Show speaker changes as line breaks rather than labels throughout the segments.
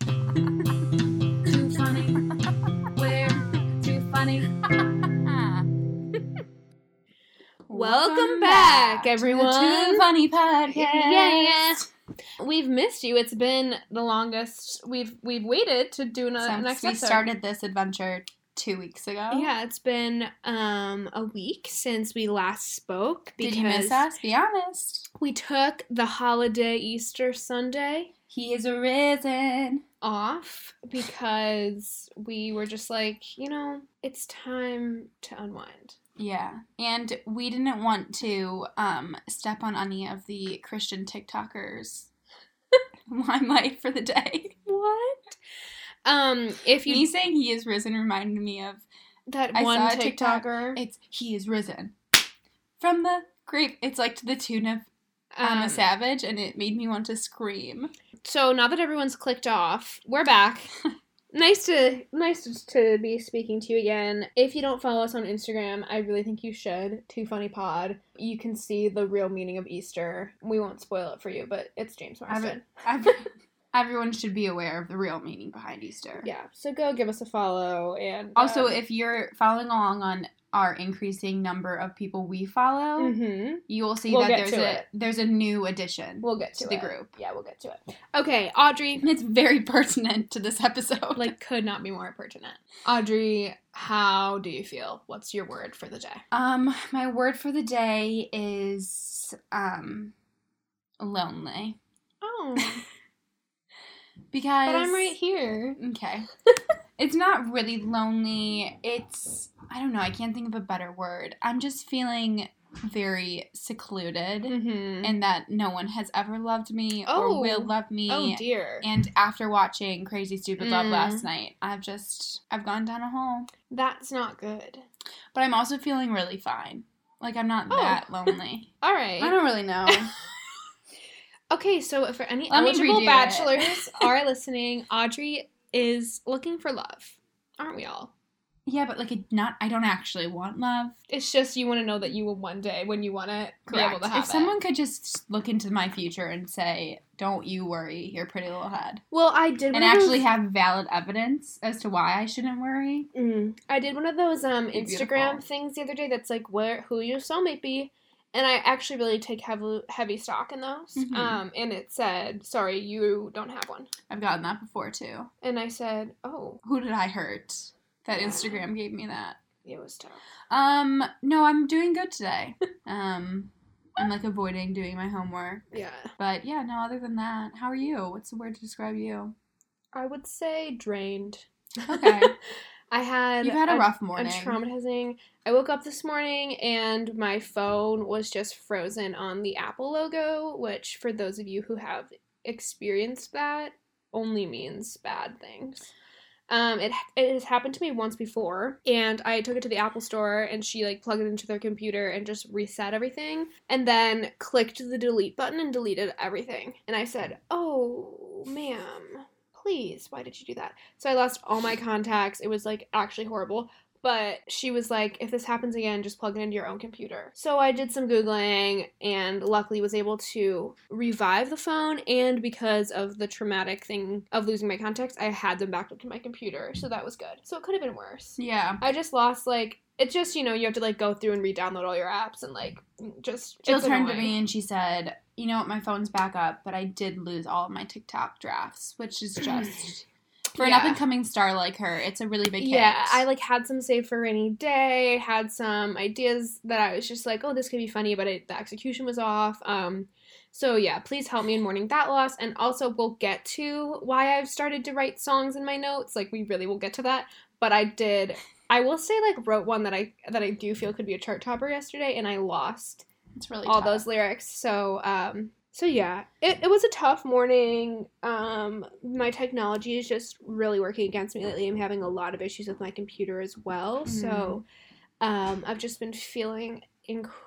Welcome back, everyone.
To the Too funny podcast.
Yeah, yeah. We've missed you. It's been the longest we've we've waited to do an, an
Since
next
we
episode.
started this adventure two weeks ago.
Yeah, it's been um a week since we last spoke
Did
because
you miss us? Be honest.
we took the holiday Easter Sunday
He is arisen.
off because we were just like, you know, it's time to unwind.
Yeah. And we didn't want to um, step on any of the Christian TikTokers limelight for the day.
What? Um, if you
Me saying he is risen reminded me of
that
I
one
saw a TikTok.
TikToker
it's he is risen from the grave. It's like to the tune of I'm a
um,
savage, and it made me want to scream.
so now that everyone's clicked off, we're back. nice to nice to be speaking to you again. If you don't follow us on Instagram, I really think you should. Too funny pod. You can see the real meaning of Easter. We won't spoil it for you, but it's James Marston.
Ev- Everyone should be aware of the real meaning behind Easter.
Yeah. So go give us a follow and
Also,
um,
if you're following along on our increasing number of people we follow,
mhm,
you will see
We'll
that
get
there's
to
a
it.
there's a new addition
we'll get to,
to the
it.
group.
Yeah, we'll get to it. Okay, Audrey.
And it's very pertinent to this episode.
Like could not be more pertinent. Audrey, how do you feel? What's your word for the day?
um, my word for the day is um lonely
Oh,
because
but I'm right here.
Okay. it's not really lonely. It's I don't know, I can't think of a better word. I'm just feeling very secluded
Mm-hmm.
and that no one has ever loved me
Oh.
or will love me.
oh dear.
and after watching Crazy Stupid Love
Mm.
last night, I've just I've gone down a hole.
That's not good.
But I'm also feeling really fine. Like I'm not
Oh.
that lonely.
All
I
right.
don't really know.
Okay, so for any
Let me
eligible
redo it.
bachelors are listening, Audrey is looking for love. Aren't we all?
yeah, but like it not I don't actually want love.
It's just you want to know that you will one day when you want it be able to have
if someone could just look into my future and say, "Don't you worry, your pretty little head,"
it. Well, I did
and actually have valid evidence as to why I shouldn't worry.
Mm. I did one of those um
Be
Instagram
beautiful.
things the other day that's like where who your soulmate be, and I actually really take heavy heavy stock in those.
Mhm.
Um, and it said, "Sorry, you don't have one."
I've gotten that before too.
And I said, "Oh,
Who did I hurt? That Instagram gave me that.
it was tough."
Um, no, I'm doing good today. Um, I'm like avoiding doing my homework,
Yeah,
but yeah, no. Other than that, how are you? What's the word to describe you?
I would say drained.
Okay,
I had
you've had a rough
a
morning.
traumatizing. I woke up this morning and my phone was just frozen on the Apple logo, which for those of you who have experienced that only means bad things. Um, it it has happened to me once before, and I took it to the Apple store, and she like plugged it into their computer and just reset everything, and then clicked the delete button and deleted everything. And I said, "Oh, ma'am, please, why did you do that?" So I lost all my contacts. It was like actually horrible. But she was like, if this happens again, just plug it into your own computer. So I did some Googling and luckily was able to revive the phone. And because of the traumatic thing of losing my contacts, I had them backed up to my computer. So that was good. So it could have been worse.
yeah,
I just lost, like, it's just, you know, you have to, like, go through and re download all your apps and, like, just.
Jill
it's
turned to
annoying.
me and she said, "You know what? My phone's back up, but I did lose all of my TikTok drafts, which is just for
Yeah.
an up and coming star like her, it's a really big hit.
Yeah, I like had some saved for a rainy day, had some ideas that I was just like, oh, this could be funny, but it, the execution was off. Um, so yeah, please help me in mourning that loss, and also we'll get to why I've started to write songs in my notes. Like we really will get to that, but I did. I will say like wrote one that I that I do feel could be a chart topper yesterday, and I lost
it's really
all
tough.
those lyrics. So um, so yeah, it, it was a tough morning. Um, my technology is just really working against me lately. I'm having a lot of issues with my computer as well. So
Mm-hmm.
um, I've just been feeling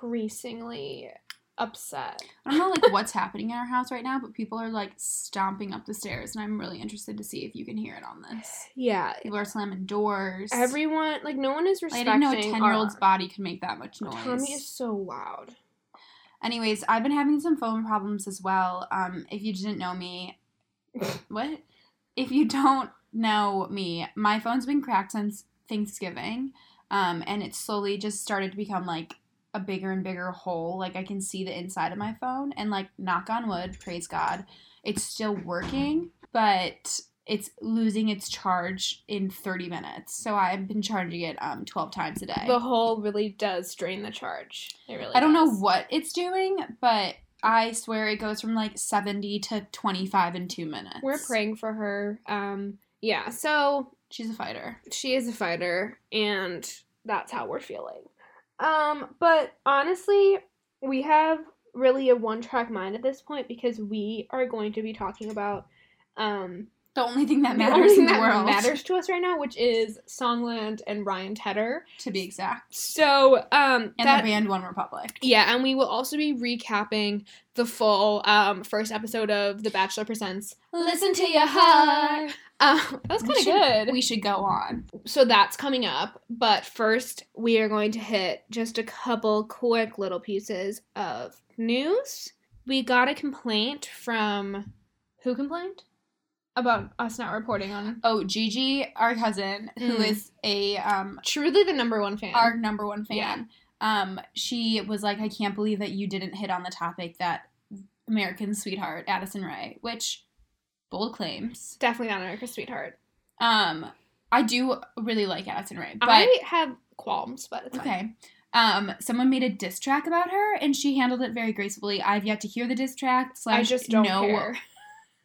increasingly upset.
I don't know like what's happening in our house right now, but people are like stomping up the stairs, and I'm really interested to see if you can hear it on this.
Yeah,
People are slamming doors.
everyone like no one is
Like, I
respecting.
didn't know a ten year old's
our-
body could make that much noise.
Tommy is so loud.
Anyways, I've been having some phone problems as well. Um, if you didn't know me, what? If you don't know me, my phone's been cracked since Thanksgiving, um, and it slowly just started to become like a bigger and bigger hole. Like I can see the inside of my phone and like knock on wood, praise God, it's still working, but it's losing its charge in 30 minutes. So I've been charging it um 12 times a day.
The hole really does drain the charge. It really
I don't know
does.
what it's doing, but I swear it goes from like 70 to 25 in 2 minutes.
We're praying for her. Um yeah, so
She's a fighter.
she is a fighter and that's how we're feeling um but honestly we have really a one track mind at this point because we are going to be talking about um
The only thing that
the
matters
only thing
in the
that
world
matters to us right now which is songland and ryan tedder
to be exact.
so um
And
that-
the band One Republic.
yeah and we will also be recapping the full um first episode of the bachelor presents
Listen to
your heart. um that was
We
kind of
should-
good
We should go on.
so that's coming up but first we are going to hit just a couple quick little pieces of news we got a complaint from who complained about us not reporting on
Oh, Gigi, our cousin, who
Mm.
is a um
truly the number one fan
our number one fan.
Yeah.
Um, she was like, I can't believe that you didn't hit on the topic that American sweetheart Addison Ray, which bold claims.
definitely not america's sweetheart
Um, I do really like Addison Ray, but
i have qualms but it's okay
okay. Um, someone made a diss track about her, and she handled it very gracefully. I've yet to hear the diss track. Slash,
i just don't
know,
care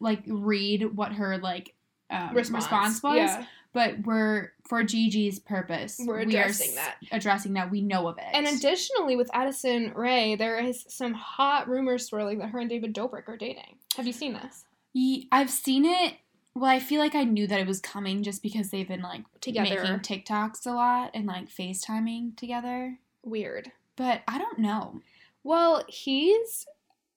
like read what her like um, response. was.
yeah.
But we're for Gigi's purpose.
We're
we are
addressing
s-
that.
Addressing that. We know of it.
and additionally with addison ray there is some hot rumors swirling that her and david dobrik are dating have you seen this
Ye- I've seen it. Well, I feel like I knew that it was coming just because they've been like
Together.
making TikToks a lot and like FaceTiming together.
weird
But I don't know.
Well, he's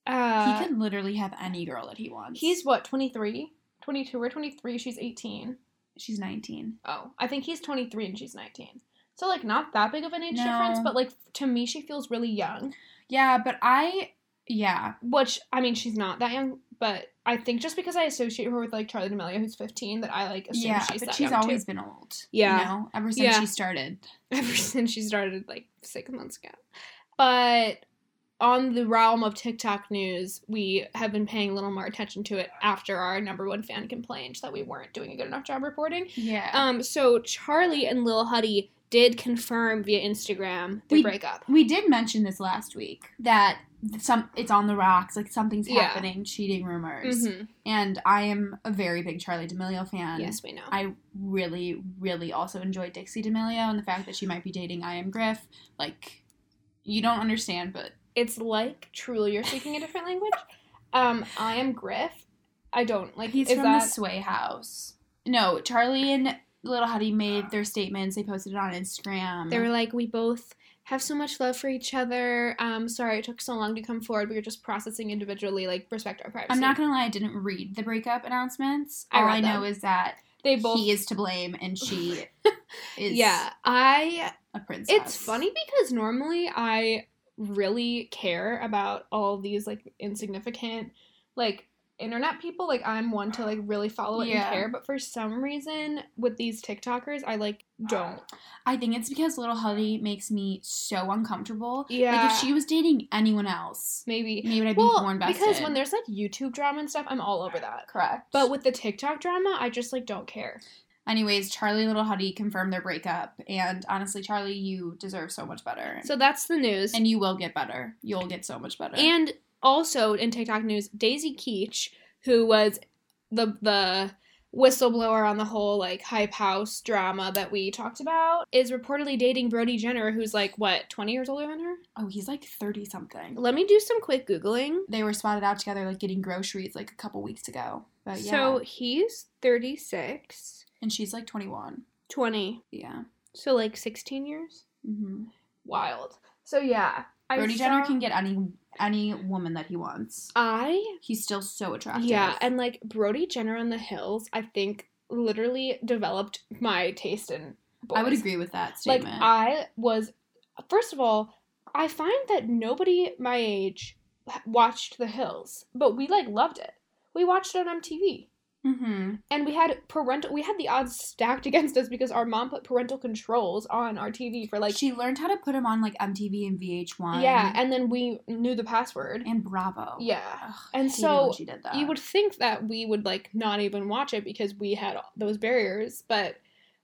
uh
he could literally have any girl that he wants.
he's what 23, 22 or 23, she's 18.
she's 19.
Oh, I think he's 23 and she's 19. So like not that big of an age
No.
difference, but like to me she feels really young,
Yeah, but I yeah.
which I mean she's not that young, but I think just because I associate her with like Charlie D'Amelio who's 15 that I like assume
yeah,
she's
but
that
she's
young
always
too.
been old.
Yeah.
You know, ever since
Yeah.
she started.
ever since she started like 6 months ago. But on the realm of TikTok news, we have been paying a little more attention to it after our number one fan complained that we weren't doing a good enough job reporting.
Yeah.
Um, so Charlie and Lil Huddy did confirm via Instagram the
We-
breakup.
we did mention this last week that some it's on the rocks, like something's
Yeah.
happening, cheating rumors.
Mhm.
And I am a very big Charlie D'Amelio fan.
Yes, we know.
I really, really also enjoy Dixie D'Amelio and the fact that she might be dating I Am Griff. Like, you don't understand, but
it's like truly you're speaking a different language. Um, I am Griff. I don't like.
he's
is
from the
that
Sway House. No, Charlie and Little Huddy made their statements. They posted it on Instagram.
they were like we both have so much love for each other. Um, sorry it took so long to come forward. We were just processing individually. Like respect our privacy.
I'm not gonna lie, I didn't read the breakup announcements.
I
All
read
I know
them.
is that
They both.
he is to blame and she is
yeah, I
a princess.
It's funny because normally I really care about all these like insignificant like internet people. Like I'm one to like really follow it
Yeah.
and care, but for some reason with these TikTokers, I like don't.
I think it's because Little Huddy makes me so uncomfortable.
Yeah,
Like if she was dating anyone else,
maybe
maybe I'd be more
well
invested.
because when there's like YouTube drama and stuff, I'm all over that.
correct,
But with the TikTok drama, I just like don't care.
Anyways, Charlie and Little Huddy confirmed their breakup, and honestly, Charlie, you deserve so much better.
So that's the news.
and you will get better. You'll get so much better.
And also in TikTok news, Daisy Keach, who was the the whistleblower on the whole like hype house drama that we talked about, is reportedly dating Brody Jenner, who's like what twenty years older than her.
oh, he's like thirty something.
Let me do some quick googling.
They were spotted out together, like getting groceries, like a couple weeks ago. But yeah,
So he's 36,
and she's like twenty one.
20,
Yeah.
so like sixteen years.
hmm
Wild. So yeah, I
Brody Jenner
saw-
can get any any woman that he wants.
I
He's still so attractive.
Yeah, and like Brody Jenner on the Hills, I think literally developed my taste in boys.
I would agree with that
Like uh,
statement.
I was first of all, I find that nobody my age watched The Hills, but we like loved it. We watched it on MTV.
Mm-hmm.
and we had parental we had the odds stacked against us because our mom put parental controls on our TV for like
Like she learned how to put him on like MTV and VH1.
yeah and then we knew the password
and Bravo.
yeah
Ugh,
And
hated
so
when she did that.
you would think that we would like not even watch it because we had those barriers but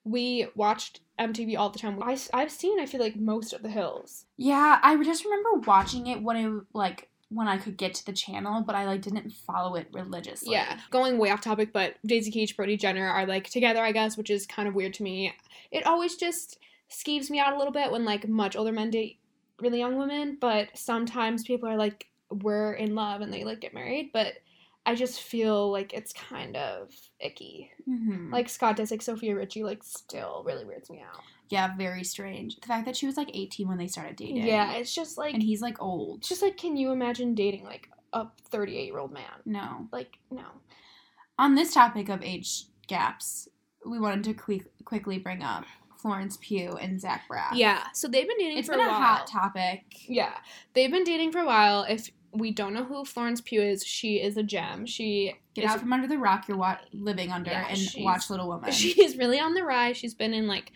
we watched MTV all the time I, have seen I feel like most of the hills
Yeah, I just remember watching it when it like when I could get to the channel, but I like didn't follow it religiously.
yeah going way off topic but Daisy Cage Brody Jenner are like together I guess which is kind of weird to me it always just skeeves me out a little bit when like much older men date really young women but sometimes people are like we're in love and they like get married but I just feel like it's kind of icky
Mhm.
like Scott Disick, Sophia Richie, like still really weirds me out.
yeah, very strange. The fact that she was like 18 when they started dating.
Yeah, it's just like
and he's like old.
it's just like can you imagine dating like a 38 year old man?
no.
Like no.
On this topic of age gaps, we wanted to quick, quickly bring up Florence Pugh and Zach Braff.
Yeah, so they've been dating
it's
for
been
a
a
while.
hot topic.
Yeah, they've been dating for a while. If we don't know who Florence Pugh is, she is a gem. She
Get
is
out from under the rock you're wa- living under
Yeah,
and
she's-
watch Little Woman.
she's really on the rise. She's been in like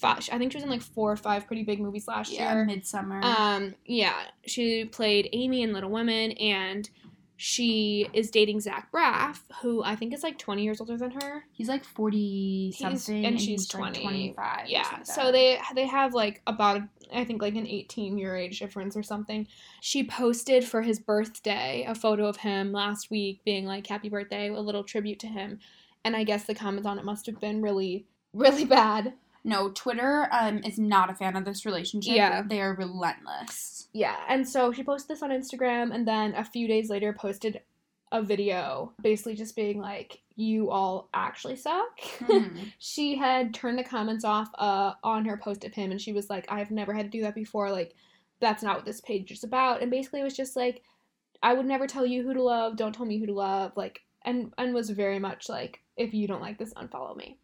five, I think she was in like four or five pretty big movies last
yeah,
year.
Midsummer.
Um, yeah, she played Amy in Little Women, and she is dating Zach Braff, who I think is like 20 years older than her.
he's like 40
He's-
something
and she's
he's, like,
20.
25. or
Yeah,
something.
so they they have like about I think like an 18 year age difference or something. She posted for his birthday a photo of him last week, being like "Happy birthday," a little tribute to him, and I guess the comments on it must have been really really bad.
No, Twitter um is not a fan of this relationship.
Yeah.
They are relentless.
Yeah, and so she posted this on Instagram and then a few days later posted a video basically just being like, You all actually suck.
Mhm.
she had turned the comments off uh, on her post of him and she was like, I've never had to do that before. Like, that's not what this page is about. And basically it was just like, I would never tell you who to love. Don't tell me who to love. Like, and, and was very much like, If you don't like this, unfollow me.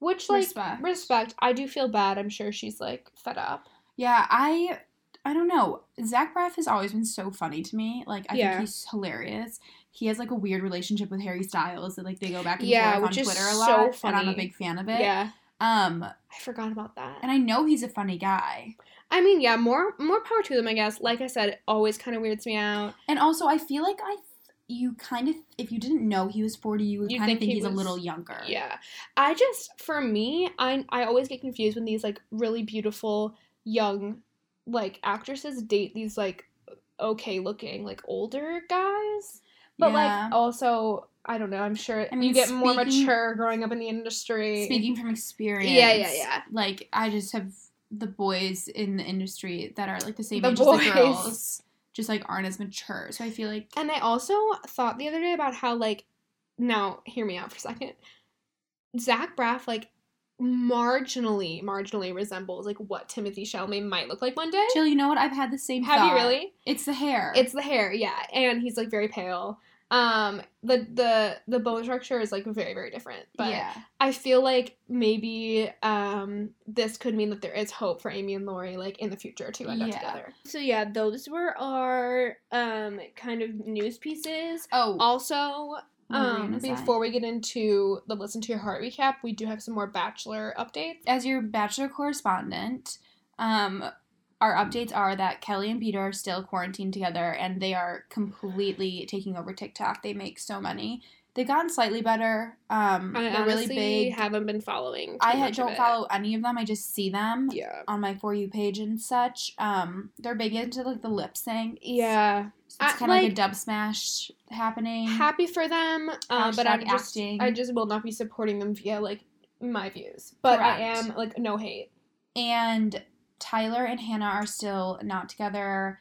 Which, like,
Respect.
respect. I do feel bad. I'm sure she's like fed up.
yeah, I I don't know. Zach Braff has always been so funny to me. Like I
Yeah.
think he's hilarious. He has like a weird relationship with Harry Styles that like they go back and
Yeah,
forth
which
on
is
Twitter a
so
lot. And I'm
funny.
a big fan of it.
Yeah.
Um
I forgot about that.
and I know he's a funny guy.
I mean, yeah, more more power to them, I guess. Like I said, it always kind of weirds me out.
And also I feel like I you kind of if you didn't know he was 40, you would
You'd
kind
think
of think
he
he's a
was-
little younger.
Yeah, I just for me, I I always get confused when these like really beautiful young like actresses date these like okay looking like older guys, but
Yeah.
like also I don't know. I'm sure
I mean,
you get more
speaking-
mature growing up in the industry.
speaking from experience.
Yeah, yeah, yeah.
Like I just have the boys in the industry that are like the same
The
age as
boys.
the girls, just like aren't as mature. So I feel like
And I also thought the other day about how like now hear me out for a second. Zach Braff like marginally, marginally resembles like what Timothy Chalamet might look like one day.
Jill, you know what? I've had the same.
Have you
thought.
really?
It's the hair.
It's the hair, yeah. And he's like very pale. Um the the the bone structure is like very, very different. But
yeah.
I feel like maybe um, this could mean that there is hope for Amy and Lori, like in the future, to end up
Yeah.
together. So yeah, those were our um, kind of news pieces.
Oh,
Also,
what were you
um,
gonna say?
before we get into the listen to your heart recap, we do have some more Bachelor updates.
as your bachelor correspondent, um, our updates are that Kelly and Peter are still quarantined together, and they are completely taking over TikTok. They make so many. They've gotten slightly better. Um,
I
they're
honestly
really big.
haven't been following. too
I ha-
much of
don't
it.
follow any of them. I just see them
Yeah.
on my for you page and such. Um, they're big into like the lip sync.
Yeah.
it's
I-
kind of like,
like-
a dub smash happening.
Happy for them, um, but I'm
Hashtag
just
acting.
I just will not be supporting them via like my views. But I
Correct.
am like no hate.
and Tyler and Hannah are still not together.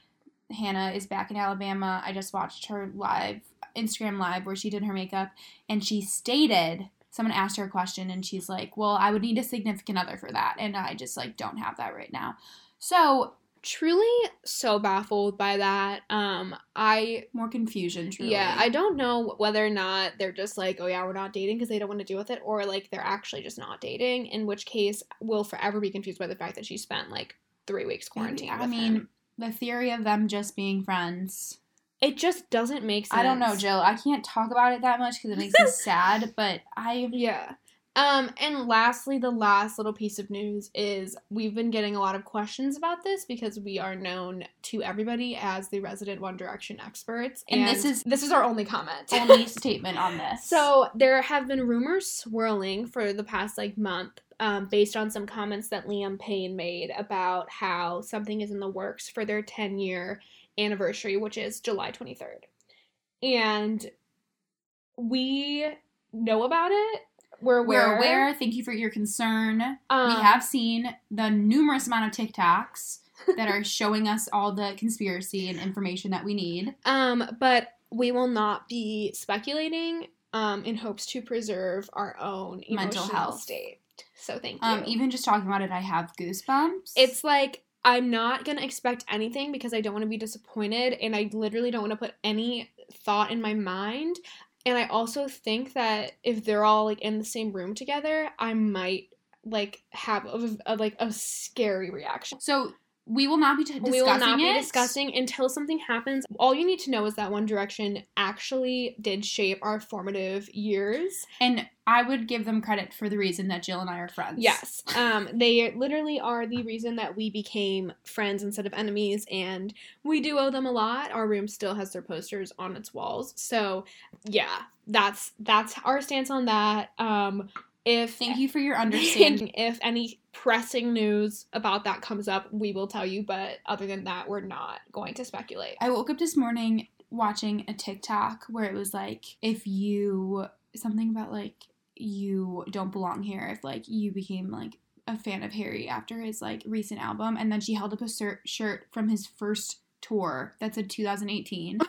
Hannah is back in Alabama. I just watched her live Instagram live where she did her makeup, and she stated. Someone asked her a question and she's like, "Well, I would need a significant other for that, and I just like don't have that right now." So
truly so baffled by that. Um, I
more confusion. Truly,
yeah, I don't know whether or not they're just like, oh yeah, we're not dating because they don't want to deal with it, or like they're actually just not dating. In which case, we'll forever be confused by the fact that she spent like three weeks
Maybe-
quarantined.
I mean, the theory of them just being friends
It just doesn't make sense.
I don't know, Jill. I can't talk about it that much because it makes me sad, but I
Yeah. Um, and lastly, the last little piece of news is we've been getting a lot of questions about this because we are known to everybody as the resident One Direction experts.
And this is-
this is our only comment.
only statement on this.
So there have been rumors swirling for the past like month, um, based on some comments that Liam Payne made about how something is in the works for their 10 year anniversary, which is July 23rd. And we know about it. We're aware.
we're aware. Thank you for your concern.
Um,
we have seen the numerous amount of TikToks that are showing us all the conspiracy and information that we need.
Um, but we will not be speculating um, in hopes to preserve our own
Mental
emotional
health.
state. So thank you.
Um, even just talking about it, I have goosebumps.
it's like I'm not gonna expect anything because I don't want to be disappointed, and I literally don't want to put any thought in my mind. And I also think that if they're all like in the same room together, I might like have a, a- like a scary reaction.
so we will not be t- discussing
we will not
it.
be discussing until something happens. All you need to know is that One Direction actually did shape our formative years.
And I would give them credit for the reason that Jill and I are friends.
Yes. Um, they literally are the reason that we became friends instead of enemies, and we do owe them a lot. Our room still has their posters on its walls. So yeah, that's that's our stance on that. Um if
Thank you for your understanding.
if any pressing news about that comes up, we will tell you, but other than that, we're not going to speculate.
I woke up this morning watching a TikTok where it was like, if you, something about like, you don't belong here, if like you became like a fan of Harry after his like recent album. And then she held up a ser- shirt from his first tour that said 2018.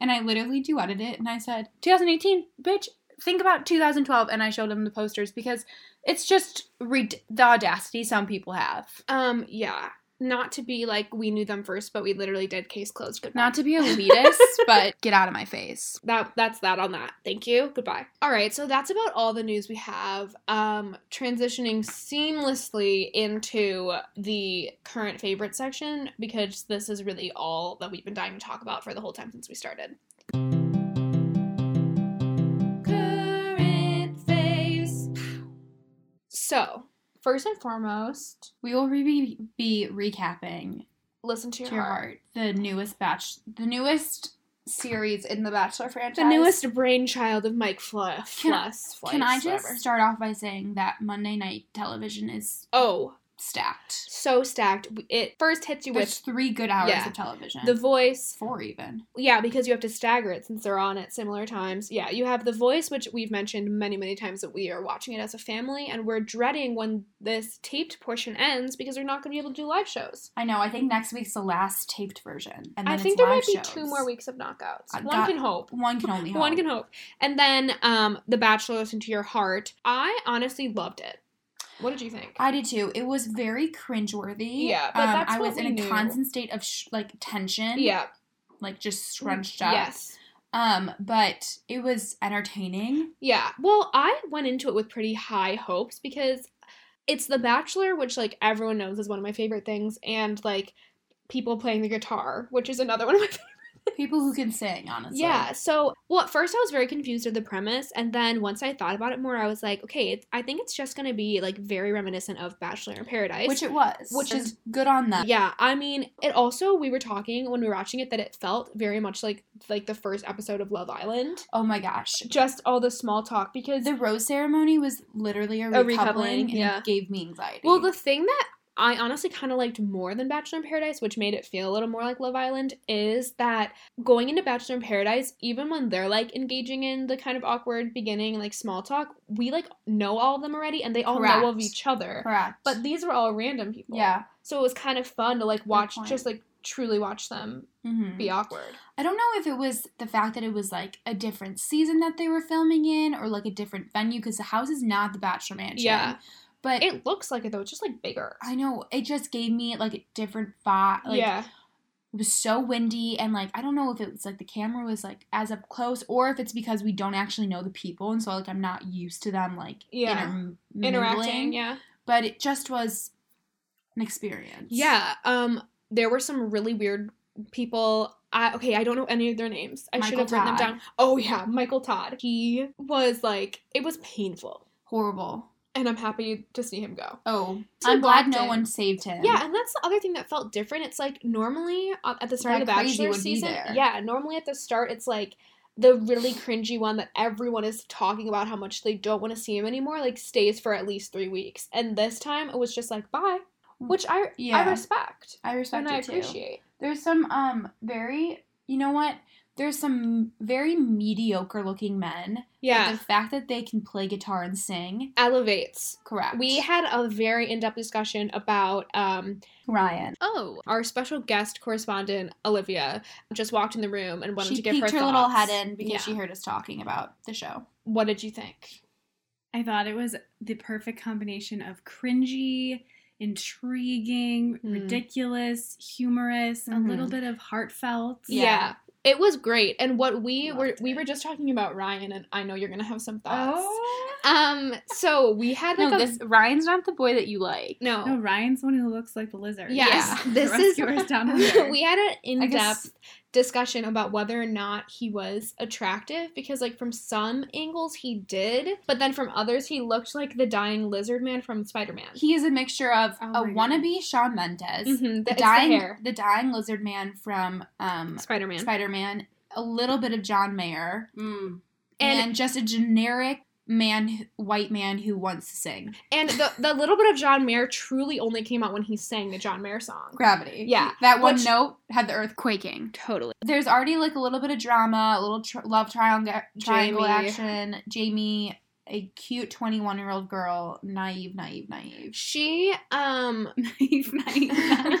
and I literally duetted it and I said, 2018, bitch. Think about 2012, and I showed him the posters because it's just re- the audacity some people have.
Um, yeah. Not to be like we knew them first, but we literally did case closed. Goodbye.
Not to be elitist, but get out of my face.
that that's that on that. Thank you. Goodbye. All right, so that's about all the news we have. Um transitioning seamlessly into the current favorite section because this is really all that we've been dying to talk about for the whole time since we started. Current phase. So, first and foremost,
We will re- be recapping
listen to
to
your,
your
heart.
heart the newest batch, the newest series in the Bachelor franchise.
The newest brainchild of Mike Fluff.
Can-
Fluss,
Can I
Flice,
just
whatever.
start off by saying that Monday night television is
Oh,
stacked.
so stacked. It first hits you
There's
with
three good hours
Yeah.
of television.
the voice.
four even.
Yeah, because you have to stagger it since they're on at similar times. Yeah, you have the voice, which we've mentioned many, many times that we are watching it as a family, and we're dreading when this taped portion ends because we're not going to be able to do live shows.
I know. I think next week's the last taped version, and then
I
it's
think there
live
might be
shows.
two more weeks of knockouts.
I
One
got-
can hope.
One can only hope.
One can hope. And then um, The Bachelor, Listen to Your Heart. I honestly loved it. What did you think?
I did too. It was very cringeworthy.
Yeah, but
um,
that's
I
what
was in
we
a
knew.
constant state of sh- like tension.
yeah.
like just scrunched up.
Yes.
Um, but it was entertaining.
Yeah. Well, I went into it with pretty high hopes because it's The Bachelor, which like everyone knows is one of my favorite things, and like people playing the guitar, which is another one of my favorite.
People who can sing, honestly.
Yeah. So, well, at first I was very confused of the premise, and then once I thought about it more, I was like, okay, it's, I think it's just gonna be like very reminiscent of Bachelor in Paradise.
Which it was.
Which
and
is-
good on them.
yeah, I mean, it also we were talking when we were watching it that it felt very much like like the first episode of Love Island.
Oh my gosh.
Just all the small talk because
The rose ceremony was literally a recoupling,
recoupling,
and
yeah.
it gave me anxiety.
Well, the thing that I honestly kind of liked more than Bachelor in Paradise, which made it feel a little more like Love Island, is that going into Bachelor in Paradise, even when they're like engaging in the kind of awkward beginning, like small talk, we like know all of them already and they all know of
Correct.
each other.
correct.
But these were all random people.
yeah.
So it was kind of fun to like watch,
point.
just like truly watch them
Mhm.
be awkward.
I don't know if it was the fact that it was like a different season that they were filming in or like a different venue because the house is not the Bachelor Mansion.
Yeah.
But
It looks like it though, it's just like bigger.
I know it just gave me like a different vibe. Like,
yeah.
It was so windy, and like I don't know if it was like the camera was like as up close, or if it's because we don't actually know the people, and so like I'm not used to them like
Yeah.
inter-
Interacting,
mingling.
yeah.
But it just was an experience.
Yeah, um there were some really weird people. I, okay, I don't know any of their names. I should
Michael
have written them
Todd.
down. Oh yeah, Michael Todd. He was like, it was painful,
Horrible.
and I'm happy to see him go.
Oh,
So
I'm glad
locked
no
in.
one saved him.
Yeah, and that's the other thing that felt different. It's like normally uh, at the start of
That
the
crazy
Bachelor
would be
season,
there.
yeah, normally at the start it's like the really cringy one that everyone is talking about how much they don't want to see him anymore, like stays for at least three weeks. And this time it was just like bye, which I I
Hmm. Yeah.
respect
I respect
and I
it too.
appreciate.
There's some um very you know what? There's some very mediocre looking men. but
Yeah,
The fact that they can play guitar and sing,
elevates.
correct.
We had a very in depth discussion about um,
Ryan.
Oh, our special guest correspondent Olivia just walked in the room and wanted
she
to give her,
peeked her, little
thoughts.
head in because
Yeah.
she heard us talking about the show.
What did you think?
I thought it was the perfect combination of cringy, intriguing,
Mm.
ridiculous, humorous,
Mhm.
a little bit of heartfelt.
Yeah. It was great. And what we were
Loved
we
it.
were just talking about Ryan and I know you're gonna have some thoughts. Um so we had like
Oh. no,
a
this Ryan's not the boy that you like.
no.
No, Ryan's the one who looks like the lizard.
Yes,
The
this is-
rescuers down under.
we had an
I
in-depth
guess-
discussion about whether or not he was attractive because like from some angles he did, but then from others he looked like the dying lizard man from Spider-Man.
He is a mixture of
Oh
a
my God.
wannabe Shawn Mendes,
Mhm,
the
it's
dying
the hair.
dying lizard man from um
Spider-Man.
Spider Man, a little bit of John Mayer,
Mm.
and,
And-
just a generic man, who- white man who wants to sing.
and the, the little bit of John Mayer truly only came out when he sang the John Mayer song.
Gravity.
Yeah,
That one
which-
note had the earth quaking.
Totally.
There's already like a little bit of drama, a little tr- love triangle, triangle
Jamie.
action. Jamie, a cute 21 year old girl, naive, naive, naive.
She um
Naive, naive, naive.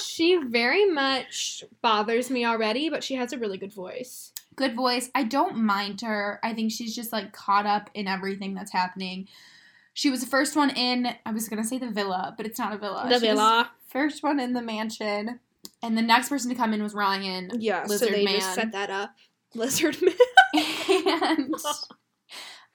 she very much bothers me already, but she has a really good voice.
Good voice. I don't mind her. I think she's just like caught up in everything that's happening. She was the first one in, I was going to say the villa, but it's not a villa. She was First one in the mansion. And the next person to come in was Ryan.
Yeah,
Lizard
so they
Man.
just set that up. Lizard man.
and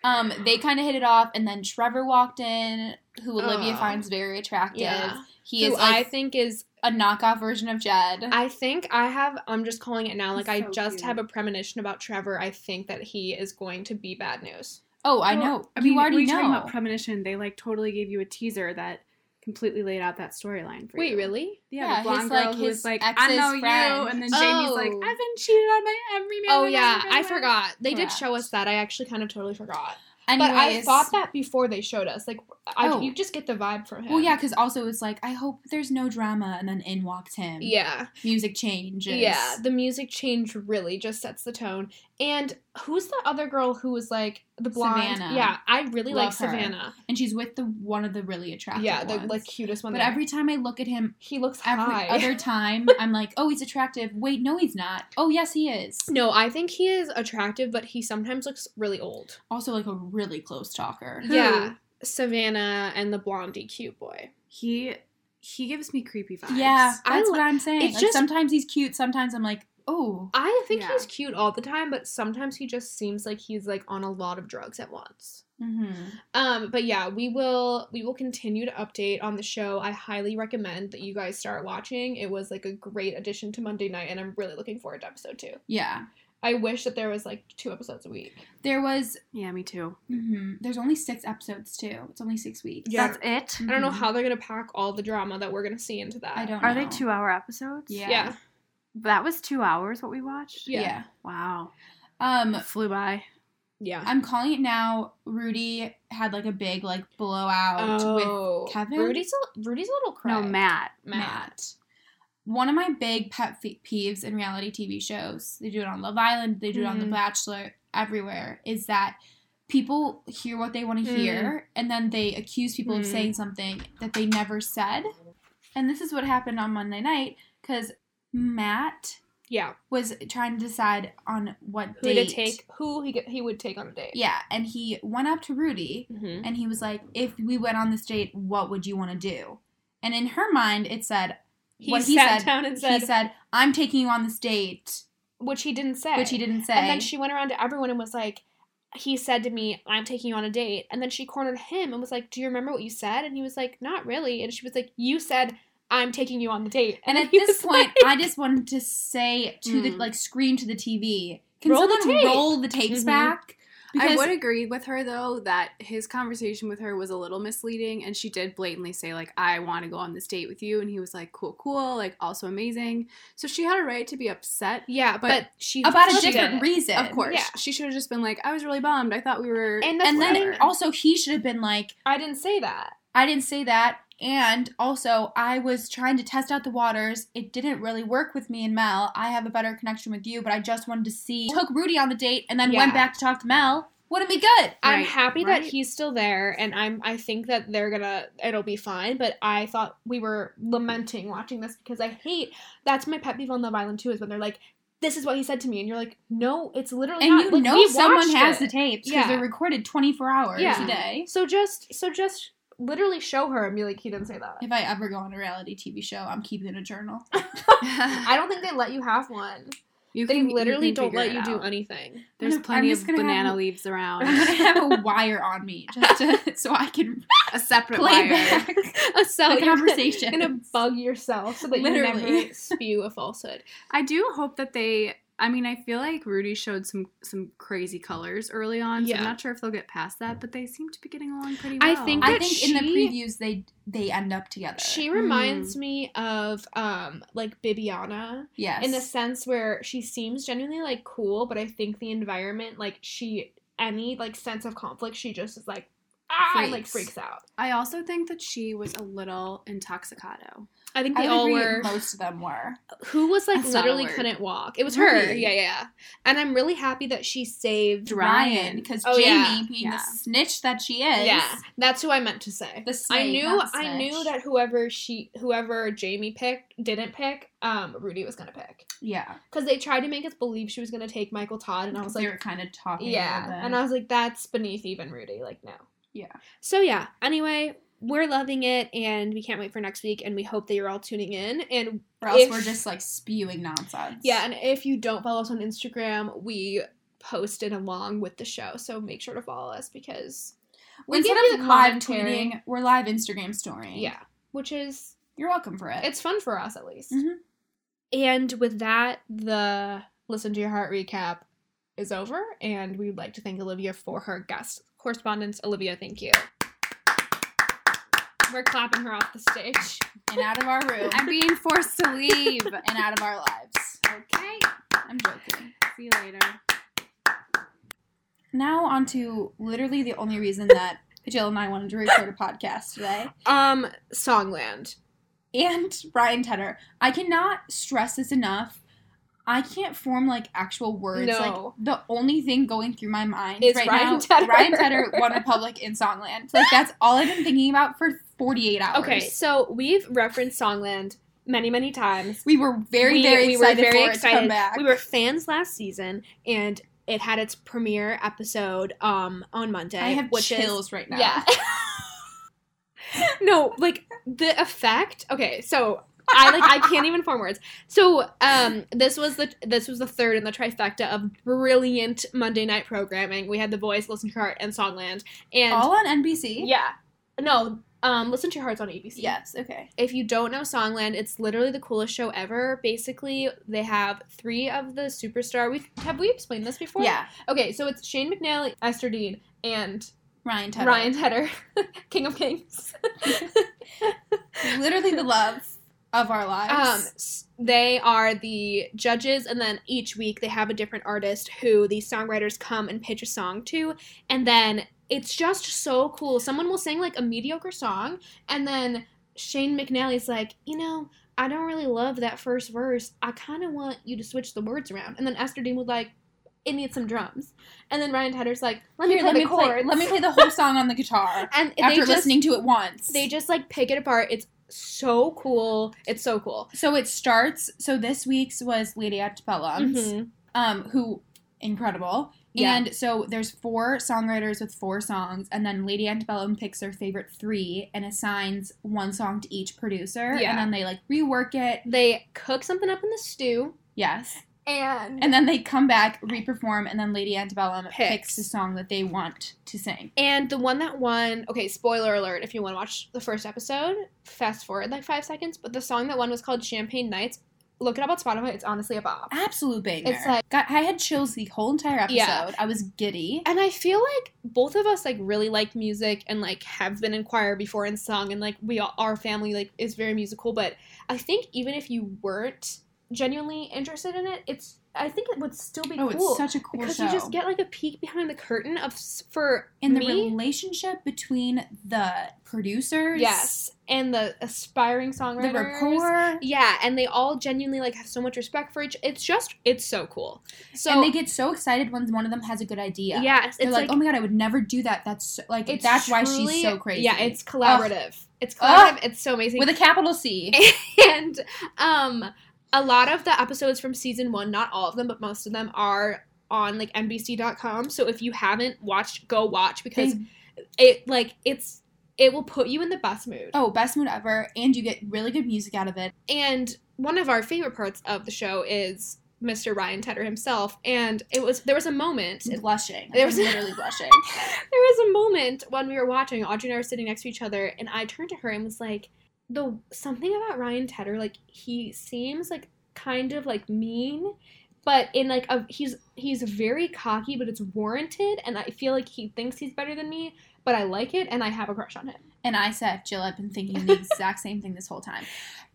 um, they kind of hit it off. And then Trevor walked in, who Olivia
Oh.
finds very attractive.
Yeah.
He
who
is like
I think is
a knockoff version of Jed.
I think I have I'm just calling it now, like
He's
I
so
just
cute.
have a premonition about Trevor. I think that he is going to be bad news.
oh, I
Well,
know.
I mean,
you
were
already
you talking
know.
about premonition? They like totally gave you a teaser that completely laid out that storyline for
Wait,
you.
really?
Yeah,
Yeah,
the blonde
his,
girl
like,
who was
his
like, I
ex's
know
friend.
you, and then Jamie's like,
Oh.
I've been cheated on by every man.
Oh
I've
yeah,
ever
I
been with."
forgot. They did
Correct.
show us that. I actually kind of totally forgot.
Anyways,
but I thought that before they showed us. Like I,
Oh.
you just get the vibe from him.
Well, yeah, because also it's like, I hope there's no drama. And then in walks him.
Yeah.
Music changes.
Yeah, the music change really just sets the tone. And who's the other girl who was like the blonde?
Savannah.
Yeah, I really like
Love her.
Savannah.
And she's with the one of the really attractive
Yeah, the
ones.
like cutest one.
but
there.
every time I look at him,
he looks
every
high.
other time I'm like, oh, he's attractive. Wait, no, he's not. Oh, yes, he is.
no, I think he is attractive, but he sometimes looks really old.
Also, like a really close talker.
Who?
Yeah, Savannah and the blondie cute boy.
He he gives me creepy vibes.
Yeah, that's
I
what I'm saying.
it's
like
just-
sometimes he's cute. Sometimes I'm like, oh,
I think
Yeah.
he's cute all the time, but sometimes he just seems like he's like on a lot of drugs at once.
hmm
Um, but yeah, we will we will continue to update on the show. I highly recommend that you guys start watching. It was like a great addition to Monday night, and I'm really looking forward to episode two.
yeah.
I wish that there was like two episodes a week.
There was.
Yeah, me too.
mhm, There's only six episodes too. It's only six weeks.
Yeah.
That's it.
I don't know
Mhm.
how they're gonna pack all the drama that we're gonna see into that.
I don't.
Are they
know.
two hour episodes?
Mm, Yeah.
Yeah.
That was two hours what we watched?
Yeah.
yeah.
Wow.
Um,
Flew by.
Yeah.
I'm calling it now. Rudy had like a big like blowout
Oh,
with Kevin?
Rudy's a, Rudy's a little crazy.
No, Matt.
Matt. One of my big pet fe- peeves in reality TV shows, they do it on Love Island, they do it on The
Mhm.
Bachelor, everywhere, is that people hear what they want to
Mm.
hear and then they accuse people of
Mm.
saying something that they never said. And this is what happened on Monday night because Matt
Yeah.
was trying to decide on what
Who
date
to take? Who he get, he would take on a date?
Yeah, and he went up to Rudy
Mm-hmm.
and he was like, "If we went on this date, what would you want to do?" And in her mind, it said,
He
What
sat
he said-
down and
"He
said,
said I'm taking you on this date,"
which he didn't say.
which he didn't say.
And then she went around to everyone and was like, he said to me, I'm taking you on a date. And then she cornered him and was like, Do you remember what you said? And he was like, Not really. And she was like, You said, I'm taking you on the date.
And at
he
this
was
point,
like-
I just wanted to say to the
Mm.
like scream to the TV. Can
Roll the
someone
tape."
roll the tapes
Mhm.
back?
I
Because
would agree with her though that his conversation with her was a little misleading, and she did blatantly say like, "I want to go on this date with you," and he was like, "Cool, cool," like also amazing. So she had a right to be upset.
yeah, but,
but
she
about a
she
different
did.
reason,
Of course,
Yeah.
she should have just been like, "I was really bummed. I thought we were."
And that's
And then
whatever.
also he should have been like,
I didn't say that.
I didn't say that. And also, I was trying to test out the waters. It didn't really work with me and Mel. I have a better connection with you, but I just wanted to see. Took Rudy on the date and then
Yeah.
went back to talk to Mel. Wouldn't be good.
I'm
Right,
happy
right.
that he's still there, and I'm. I think that they're gonna. It'll be fine. But I thought we were lamenting watching this because I hate. That's my pet peeve on Love Island too. Is when they're like, "This is what he said to me," and you're like, "No, it's literally
And
not."
you
Like,
know
we
someone
watched
has
it.
the tapes because
Yeah.
they're recorded 24 hours
Yeah.
a day.
So just, so just literally show her and be like, "He didn't say that."
If I ever go on a reality TV show, I'm keeping a journal.
I don't think they let you have one.
you
They
can- you
literally
can
don't
figure
let
it
you do
out.
anything.
There's
I'm
plenty
just
of
gonna have
banana
a-
leaves around.
I'm gonna have a wire on me just to, so I can
a separate
play
wire.
back
A cell
the conversation.
You're gonna bug yourself so that you
Literally.
never spew a falsehood.
I do hope that they. I mean, I feel like Rudy showed some some crazy colors early on. So
Yeah.
I'm not sure if they'll get past that, but they seem to be getting along pretty well.
I think
I
that
think in the
she-
previews they they end up together.
She reminds me of um like Bibiana
yes
in the sense where she seems genuinely like cool, but I think the environment, like she any like sense of conflict, she just is like ah and, like
Freaks.
freaks out.
I also think that she was a little intoxicado.
I think
I
they
would
all
agree
were.
most of them were.
Who was like
That's not a
literally
word.
couldn't walk? It was her.
Really?
Yeah, yeah, yeah. And I'm really happy that she saved.
Dr-
Ryan,
Ryan.
because
Oh,
Jamie,
yeah.
being the
Yeah.
snitch that she is,
Yeah, that's who I meant to say.
the
I
snake,
knew
not the
I knew
snitch.
that whoever she whoever Jamie picked didn't pick, um, Rudy was gonna pick.
yeah,
Because they tried to make us believe she was gonna take Michael Todd, and I was
they
like,
were kind of talking.
Yeah. And I was like, that's beneath even Rudy. Like, no.
Yeah.
So, yeah. Anyway, we're loving it and we can't wait for next week. And we hope that you're all tuning in. And
or else
if-
we're just like spewing nonsense.
yeah, and if you don't follow us on Instagram, we posted along with the show. So make sure to follow us because
we
we
instead
give you
of
the
live
commentary.
tweeting, we're live Instagram storying.
yeah, which is
you're welcome for it.
it's fun for us at least.
Mhm.
And with that, the listen to your heart recap is over, and we'd like to thank Olivia for her guest correspondence. Olivia, thank you. We're clapping her off the stage.
and out of our room
I'm being forced to leave.
and out of our lives.
okay.
I'm joking.
See you later.
Now on to literally the only reason that Jill and I wanted to record a podcast today.
Um, Songland.
And Brian Tedder. I cannot stress this enough. I can't form like actual words.
No.
Like the only thing going through my mind
Is
right
Ryan
now,
Tedder.
Ryan Tedder, One Republic, and Songland. Like that's all I've been thinking about for 48 hours.
Okay, so we've referenced Songland many, many times.
We were very,
We-
very
we were
excited
very
for it to come
excited.
back.
We were fans last season, and it had its premiere episode um on Monday.
I have
which is-
chills right now.
Yeah. no, like the effect. Okay, so I like I can't even form words. So um this was the this was the third in the trifecta of brilliant Monday night programming. We had The Voice, Listen to Your Heart, and Songland. And
All on NBC.
yeah. No, um Listen to Your Heart's on ABC.
Yes. Okay.
If you don't know Songland, it's literally the coolest show ever. Basically, they have three of the superstar. We have we explained this before?
Yeah.
Okay, so it's Shane McNally, Esther Dean, and
Ryan Tedder.
Ryan Tedder, King of Kings.
literally the love of our
um,
lives.
s- they are the judges, and then each week they have a different artist who the songwriters come and pitch a song to, and then it's just so cool. Someone will sing like a mediocre song, and then Shane McNally's like, you know. I don't really love that first verse. I kind of want you to switch the words around. And then Esther Dean would like, it needs some drums. And then Ryan Tedder's like, let me
Here,
play
let
the
me play.
chords.
Let me play the whole song on the guitar
And they
after
just-
listening to it once.
They just like pick it apart. It's so cool. It's so cool.
so it starts. So this week's was Lady Antebellum's, um, who incredible.
Mm-hmm. Yeah.
And so there's four songwriters with four songs, and then Lady Antebellum picks their favorite three and assigns one song to each producer,
Yeah.
and then they like rework it.
They cook something up in the stew.
Yes,
And
And then they come back, reperform, and then Lady Antebellum
Picks.
picks, the song that they want to sing.
And the one that won, okay, spoiler alert if you want to watch the first episode, fast forward like five seconds, but the song that won was called Champagne Nights. Look it up on Spotify, it's honestly a bop.
Absolute banger.
It's like-
God, I had chills the whole entire episode.
Yeah.
I was giddy.
And I feel like both of us like really like music and like have been in choir before and sung and like we all, our family like is very musical, but I think even if you weren't genuinely interested in it, it's I think it would still be
Oh,
cool.
it's such a cool
because
show.
you just get like a peek behind the curtain of s- for
and the
me,
relationship between the producers,
yes, and the aspiring songwriters,
the rapport,
Yeah, and they all genuinely like have so much respect for each. It's just it's so cool. So
and they get so excited when one of them has a good idea.
yes,
They're
it's
like,
like,
oh my god, I would never do that. That's so, like
it's
that's why she's
truly-
so crazy.
Yeah, it's collaborative. It's collaborative.
Ugh.
It's so amazing.
with a capital C.
and um, a lot of the episodes from season one, not all of them, but most of them are on like NBC.com. So if you haven't watched, go watch because
They-
it like it's it will put you in the best mood.
oh, best mood ever, and you get really good music out of it.
And one of our favorite parts of the show is Mr. Ryan Tedder himself. And it was there was a moment.
Blushing,
There
I
was-
was literally blushing.
There was a moment when we were watching, Audrey and I were sitting next to each other, and I turned to her and was like, "The something about Ryan Tedder, like he seems like kind of like mean, but in like a he's he's very cocky, but it's warranted, and I feel like he thinks he's better than me, but I like it, and I have a crush on him."
And I said, Jill, I've been thinking the exact same thing this whole time.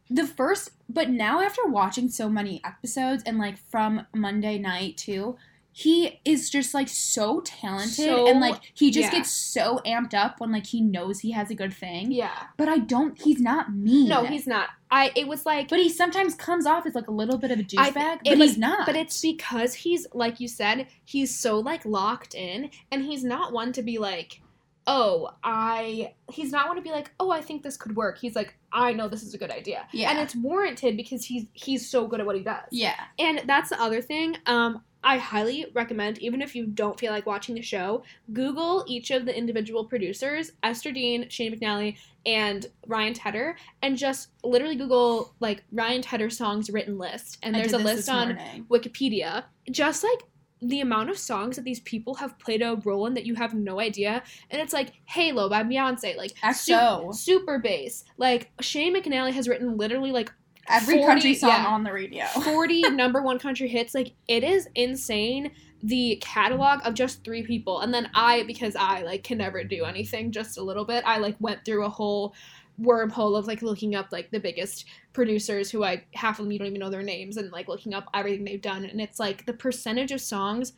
The first, but now after watching so many episodes and like from Monday night too, he is just like so talented
So-
and like he just
yeah.
gets so amped up when like he knows he has a good thing.
Yeah.
But I don't, he's not mean.
No, he's not. I it was like,
But he sometimes comes off as like a little bit of a
I-
douchebag, but
it was-
he's not.
but it's because he's like you said he's so like locked in and he's not one to be like oh i he's not one to be like oh i think this could work he's like i know this is a good idea
yeah,
and it's warranted because he's he's so good at what he does
yeah.
and that's the other thing um i highly recommend even if you don't feel like watching the show google each of the individual producers esther dean shane mcnally and ryan tedder and just literally google like ryan tedder songs written list and
I
there's a
did this
list
this
on
morning.
Wikipedia, just like the amount of songs that these people have played a role in that you have no idea. And it's like Halo by Beyonce, like Su-
XO.
Super Bass. Like Shane McNally has written literally like
Every
40
country song
yeah.
on the radio.
40 number one country hits. Like it is insane the catalog of just three people. And then I, because I like can never do anything just a little bit, I like went through a whole wormhole of like looking up like the biggest producers who I half of them you don't even know their names and like looking up everything they've done. And it's like the percentage of songs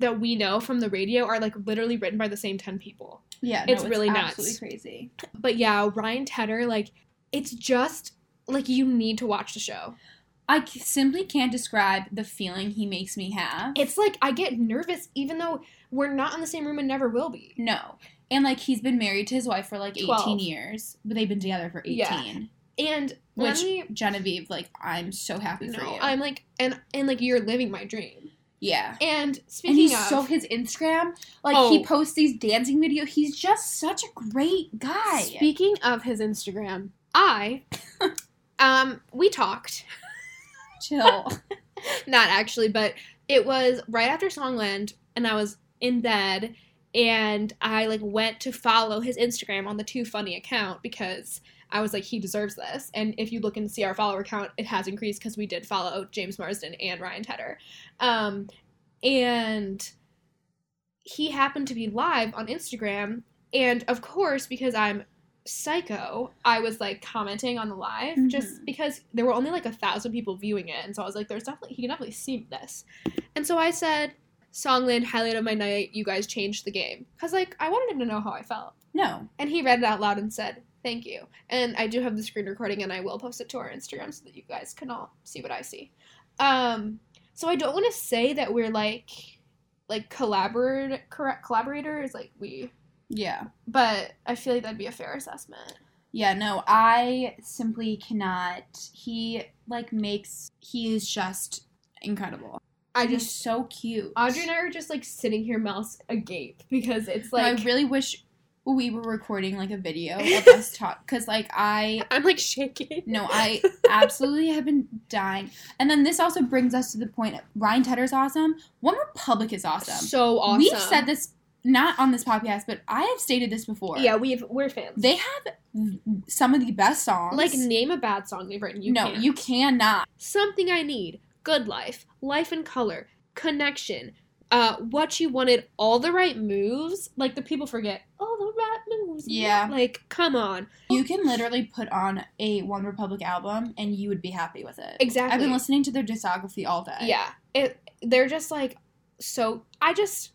that we know from the radio are like literally written by the same 10 people
Yeah, no,
It's really nuts.
absolutely crazy.
but yeah, Ryan Tedder, like, it's just like you need to watch the show.
I c- simply can't describe the feeling he makes me have.
It's like I get nervous, even though we're not in the same room and never will be.
no. And like he's been married to his wife for like 18
12.
years, but they've been together for 18.
Yeah. And let
Which
me,
Genevieve, like, I'm so happy for
no,
you.
I'm like, and and like you're living my dream.
yeah.
And
And
speaking
he's
of,
so his Instagram, like
Oh.
he posts these dancing videos. He's just such a great guy.
speaking of his Instagram, I, um, we talked,
Chill.
not actually, but it was right after Songland, and I was in bed, and I like went to follow his Instagram on the Too Funny account because I was like, he deserves this. And if you look and see our follower count, it has increased because we did follow James Marsden and Ryan Tedder, um, and he happened to be live on Instagram, and of course, because I'm psycho, I was like commenting on the live just
Mhm.
because there were only like a thousand people viewing it, and so I was like, there's definitely he can definitely see this, and so I said. Songland highlight of my night, you guys changed the game. Cause like I wanted him to know how I felt.
no.
And he read it out loud and said, Thank you. And I do have the screen recording and I will post it to our Instagram so that you guys can all see what I see. Um, so I don't want to say that we're like like collaborat- correct collaborators, like we
Yeah.
but I feel like that'd be a fair assessment.
Yeah, no, I simply cannot. He like makes he is just incredible.
I
He's
just
so cute.
Audrey and I are just like sitting here mouths agape because it's
No,
like
I really wish we were recording like a video of us talk because like I
I'm like shaking.
no I absolutely have been dying. And then this also brings us to the point: Ryan Tedder's awesome. One Republic is awesome.
So awesome.
We've said this not on this podcast, but I have stated this before.
Yeah, we've we're fans.
they have some of the best songs.
like name a bad song they've written. You
no,
can't.
you cannot.
Something I Need, Good Life, Life in Color, Connection, uh, What You Wanted, All the Right Moves. Like the people forget all the right moves.
Yeah.
Like, come on.
You can literally put on a One Republic album and you would be happy with it.
Exactly.
I've been listening to their discography all day.
Yeah. It they're just like so I just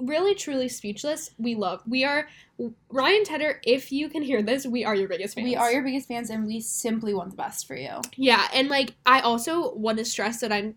really truly speechless. We love we are Ryan Tedder, if you can hear this, we are your biggest fans.
We are your biggest fans and we simply want the best for you.
Yeah, and like I also want to stress that I'm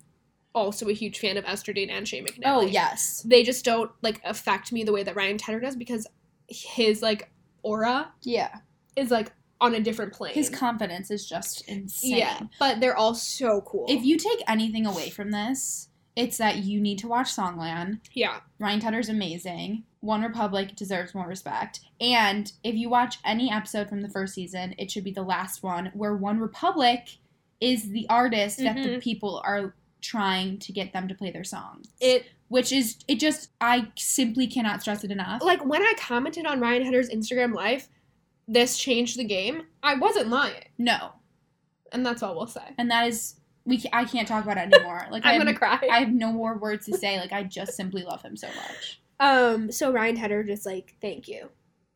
also a huge fan of Esther Dane and Shane McNally.
Oh, yes.
They just don't like affect me the way that Ryan Tedder does because his like aura
Yeah.
is like on a different plane.
His confidence is just insane.
yeah, but they're all so cool.
If you take anything away from this, it's that you need to watch Songland.
yeah,
Ryan Tedder's amazing. One Republic deserves more respect. And if you watch any episode from the first season, it should be the last one where One Republic is the artist that the
Mhm.
people are trying to get them to play their songs.
it
which is it just I simply cannot stress it enough.
like when I commented on Ryan Tedder's Instagram live, this changed the game. I wasn't lying,
no.
and that's all we'll say.
And that is we ca- I can't talk about it anymore. Like I
I'm
have,
gonna cry.
I have no more words to say. Like I just simply love him so much.
um, so Ryan Tedder just like thank you.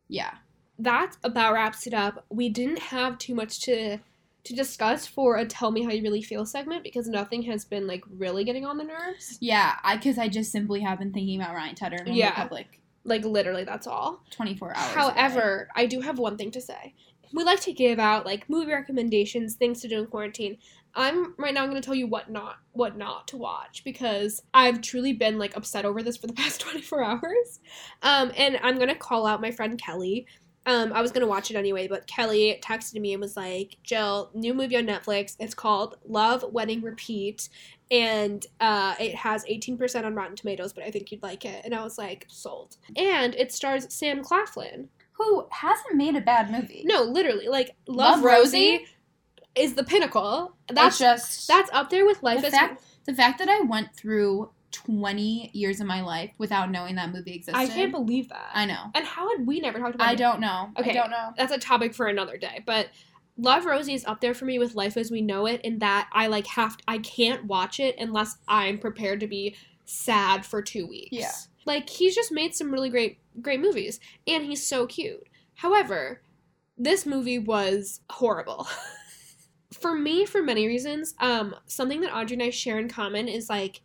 Yeah.
that about wraps it up. We didn't have too much to to discuss for a tell me how you really feel segment because nothing has been like really getting on the nerves.
Yeah, I cuz I just simply have been thinking about Ryan Tedder and One
Yeah.
Republic
Like literally that's all.
24 hours. a day.
However, I do have one thing to say. We like to give out like movie recommendations, things to do in quarantine. I'm right now I'm going to tell you what not what not to watch because I've truly been like upset over this for the past 24 hours. Um and I'm going to call out my friend Kelly. Um I was going to watch it anyway, but Kelly texted me and was like, "Jill, new movie on Netflix. It's called Love Wedding Repeat." And uh, it has 18% on Rotten Tomatoes, but I think you'd like it. And I was like, sold. And it stars Sam Claflin.
who hasn't made a bad movie?
No, literally, like Love,
Love,
Rosie,
Rosie?
is the pinnacle.
that's
That's
just
that's up there with life
the
as
fact the fact that I went through 20 years of my life without knowing that movie existed.
I can't believe that.
I know.
and how had we never talked about
I
it?
don't know.
Okay.
I don't know.
That's a topic for another day, but Love Rosie is up there for me with Life as We Know It in that I like have I can't watch it unless I'm prepared to be sad for 2 weeks.
Yeah.
Like he's just made some really great great movies and he's so cute. However, this movie was horrible. for me, for many reasons, um, something that Audrey and I share in common is like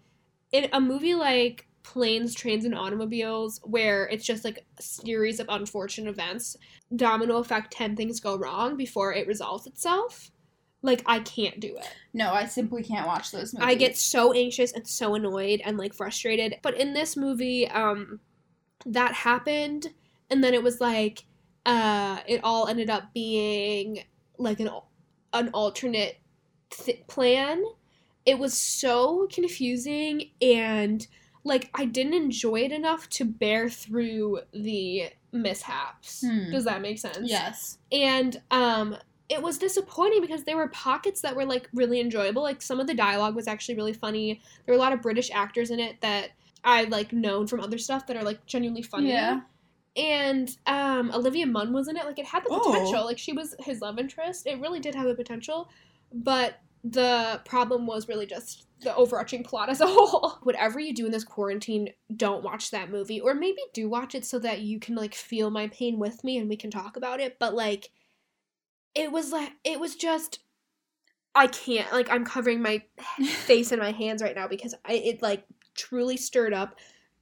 in a movie like Planes, Trains, and Automobiles, where it's just like a series of unfortunate events, domino effect 10 things go wrong before it resolves itself. Like, I can't do it.
No, I simply can't watch those movies.
I get so anxious and so annoyed and like frustrated. But in this movie, um, that happened, and then it was like, uh, it all ended up being like an al- an alternate th- plan. It was so confusing, and like I didn't enjoy it enough to bear through the mishaps.
Hmm.
Does that make sense?
yes.
and um it was disappointing because there were pockets that were like really enjoyable like some of the dialogue was actually really funny there were a lot of british actors in it that i like known from other stuff that are like genuinely funny
Yeah.
and um olivia munn was in it like it had the
Oh.
potential like she was his love interest it really did have the potential but the problem was really just the overarching plot as a whole whatever you do in this quarantine don't watch that movie or maybe do watch it so that you can like feel my pain with me and we can talk about it but like it was like it was just i can't like i'm covering my face in my hands right now because i it like truly stirred up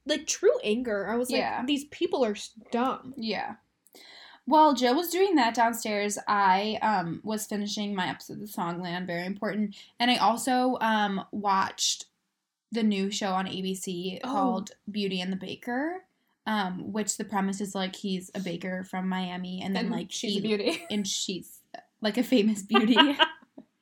like true anger i was
Yeah.
like these people are s- dumb
Yeah. While Joe was doing that downstairs, I um, was finishing my episode of Songland, very important, and I also um, watched the new show on ABC
Oh.
called Beauty and the Baker, um, which the premise is like he's a baker from Miami, and then like
she's
he-
a beauty
and she's like a famous beauty.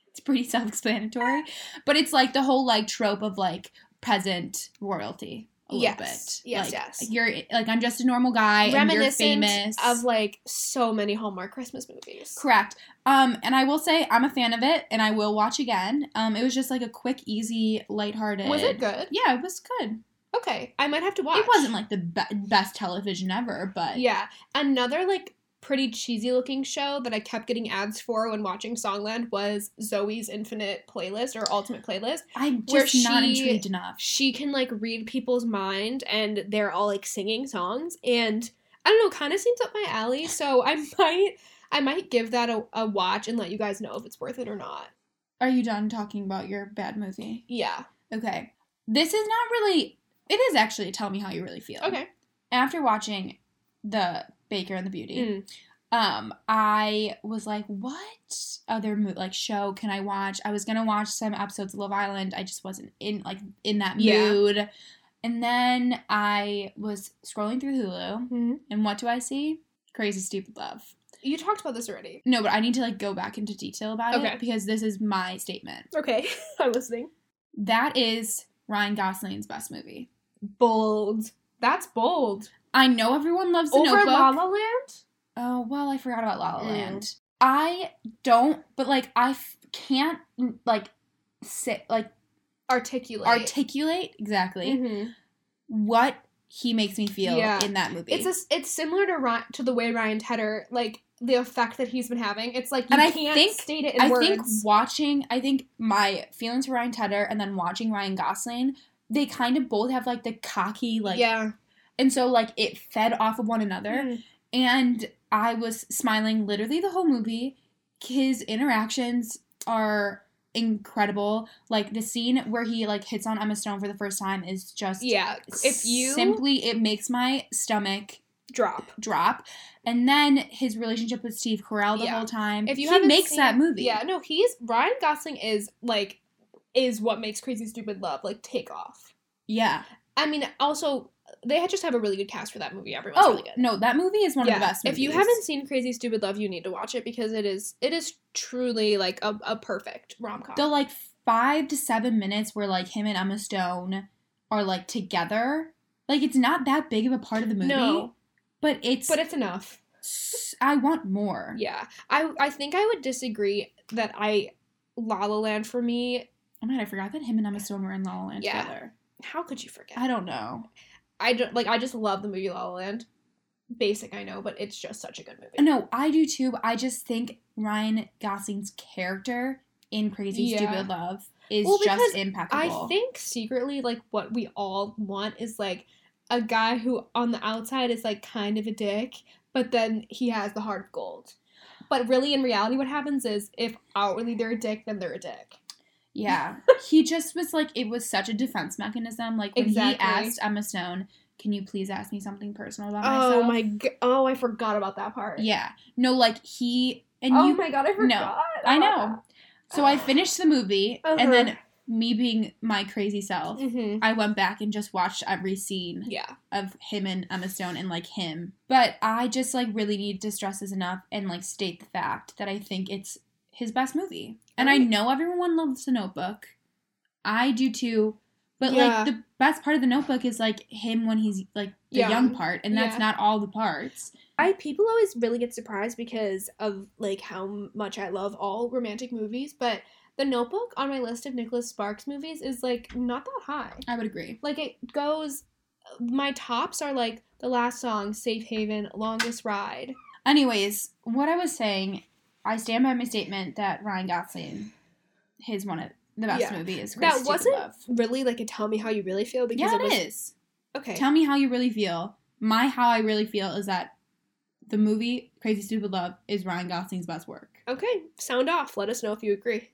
it's pretty self-explanatory, but it's like the whole like trope of like present royalty. a
Yes,
little bit.
yes,
like,
yes.
You're like I'm just a normal guy and you're
Reminiscent
famous.
of like so many Hallmark Christmas movies.
Correct. Um, and I will say I'm a fan of it, and I will watch again. Um, it was just like a quick, easy, lighthearted.
Was it good?
Yeah, it was good.
Okay, I might have to watch.
It wasn't like the be- best television ever, but
Yeah, another like pretty cheesy looking show that I kept getting ads for when watching Songland was Zoe's Infinite Playlist or Ultimate Playlist.
I'm
Where
just not
she-
intrigued enough.
she can like read people's mind and they're all like singing songs and i don't know kind of seems up my alley so i might i might give that a, a watch and let you guys know if it's worth it or not
Are you done talking about your bad movie?
yeah
Okay, this is not really. It is actually tell me how you really feel.
okay
After watching the Baker and the Beauty,
Mm.
um i was like what other mo- like show can i watch i was gonna watch some episodes of love island i just wasn't in like in that
Yeah.
mood and then i was scrolling through hulu
Mhm.
and what do i see crazy stupid love
you talked about this already
no but i need to like go back into detail about
Okay.
it because this is my statement
okay i'm listening
that is ryan gosling's best movie
bold that's bold
i know everyone loves the
over
notebook
la la land
Oh, well, I forgot about La La
Mm.
Land. I don't, but like, I f- can't, like, sit, like,
articulate
articulate exactly
Mhm.
what he makes me feel
Yeah.
in that movie.
it's a, s- it's similar to Ry- to the way ryan tedder like the effect that he's been having it's like you
And I
can't
think-
state it in
I
words
think watching, I think my feelings for Ryan Tedder and then watching Ryan Gosling, they kind of both have, like, the cocky, like,
yeah
and so, like, it fed off of one another.
Mhm.
and I was smiling literally the whole movie. His interactions are incredible. Like the scene where he like hits on Emma Stone for the first time is just
yeah if you
simply it makes my stomach
drop
drop. And then his relationship with Steve Carell the
Yeah.
whole time.
If you
he
haven't
makes
seen-
that movie.
yeah, no, he's Ryan Gosling is like is what makes Crazy Stupid Love like take off.
Yeah.
I mean, also they had- just have a really good cast for that movie. Everyone's
Oh
really good.
no, that movie is one of the best.
if you
movies.
haven't seen Crazy Stupid Love, you need to watch it because it is it is truly like a, a perfect rom com.
the like five to seven minutes where like him and Emma Stone are like together. Like it's not that big of a part of the movie,
No,
but it's.
but it's enough.
s- I want more.
Yeah, I I think I would disagree that I La La Land for me.
Oh my god, I forgot that him and Emma Stone were in La La Land
Yeah.
together.
How could you forget?
I don't know.
I don't like. I just love the movie La La Land. Basic, I know, but it's just such a good movie.
No, I do too. But I just think Ryan Gosling's character in Crazy
Yeah.
Stupid Love is
Well,
just
because
impeccable.
I think secretly, like, what we all want is like a guy who on the outside is like kind of a dick, but then he has the heart of gold. But really, in reality, what happens is if outwardly they're a dick, then they're a dick.
Yeah, he just was like it was such a defense mechanism. Like when he
Exactly.
asked Emma Stone, "Can you please ask me something personal about myself?"
Oh my god! Oh, I forgot about that part.
Yeah. No, like he and
oh
you.
my god, Uh-huh. I forgot.
I
about
know. So I finished the movie, and then me being my crazy
that.
self,
Mhm.
I went back and just watched every scene
Yeah.
of him and Emma Stone and like him. But I just like really need to stress this enough and like state the fact that I think it's his best movie. And I
Right.
know everyone loves The Notebook. I do too. But
Yeah.
like the best part of The Notebook is like him when he's like the
Young.
young part, and that's
Yeah.
not all the parts.
I people always really get surprised because of like how m- much I love all romantic movies, but The Notebook on my list of Nicholas Sparks movies is like not that high.
I would agree.
like it goes uh, my tops are like the last song safe haven longest ride
Anyways, what I was saying, I stand by my statement that Ryan Gosling, his one of the best
Yeah.
movie is
That
Crazy Stupid
wasn't-
Love.
really like a tell me how you really feel because
Yeah,
it was
it is.
okay
Tell me how you really feel. My how I really feel is that the movie Crazy Stupid Love is Ryan Gosling's best work.
okay sound off let us know if you agree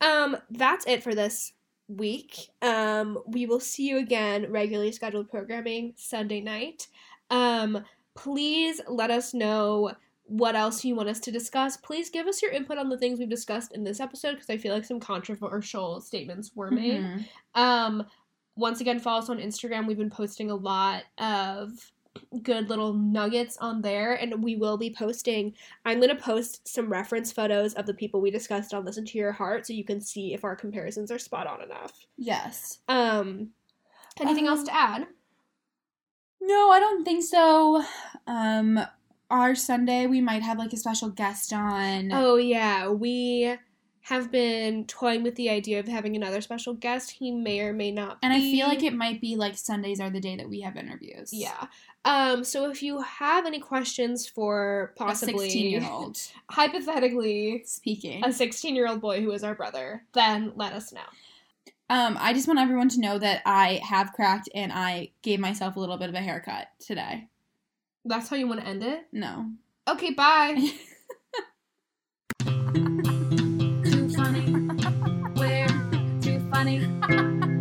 um that's it for this week um we will see you again regularly scheduled programming sunday night um please let us know what else you want us to discuss please give us your input on the things we've discussed in this episode because i feel like some controversial statements were made
Mhm.
Um, once again, follow us on Instagram. We've been posting a lot of good little nuggets on there, and we will be posting. I'm gonna post some reference photos of the people we discussed on Listen to Your Heart, so you can see if our comparisons are spot on enough.
Yes.
Um, Anything else to add?
No, I don't think so. Um, our Sunday we might have like a special guest on.
Oh yeah, we have been toying with the idea of having another special guest. He may or may not
and I
be.
feel like it might be like Sundays are the day that we have interviews.
Yeah. Um, so if you have any questions for
A
possibly
16 year old
hypothetically
speaking.
a 16 year old boy who is our brother, then let us know.
Um, I just want everyone to know that I have cracked and I gave myself a little bit of a haircut today.
That's how you want to end it?
No.
Okay, bye.
Too funny. Where? Too funny.
Ah.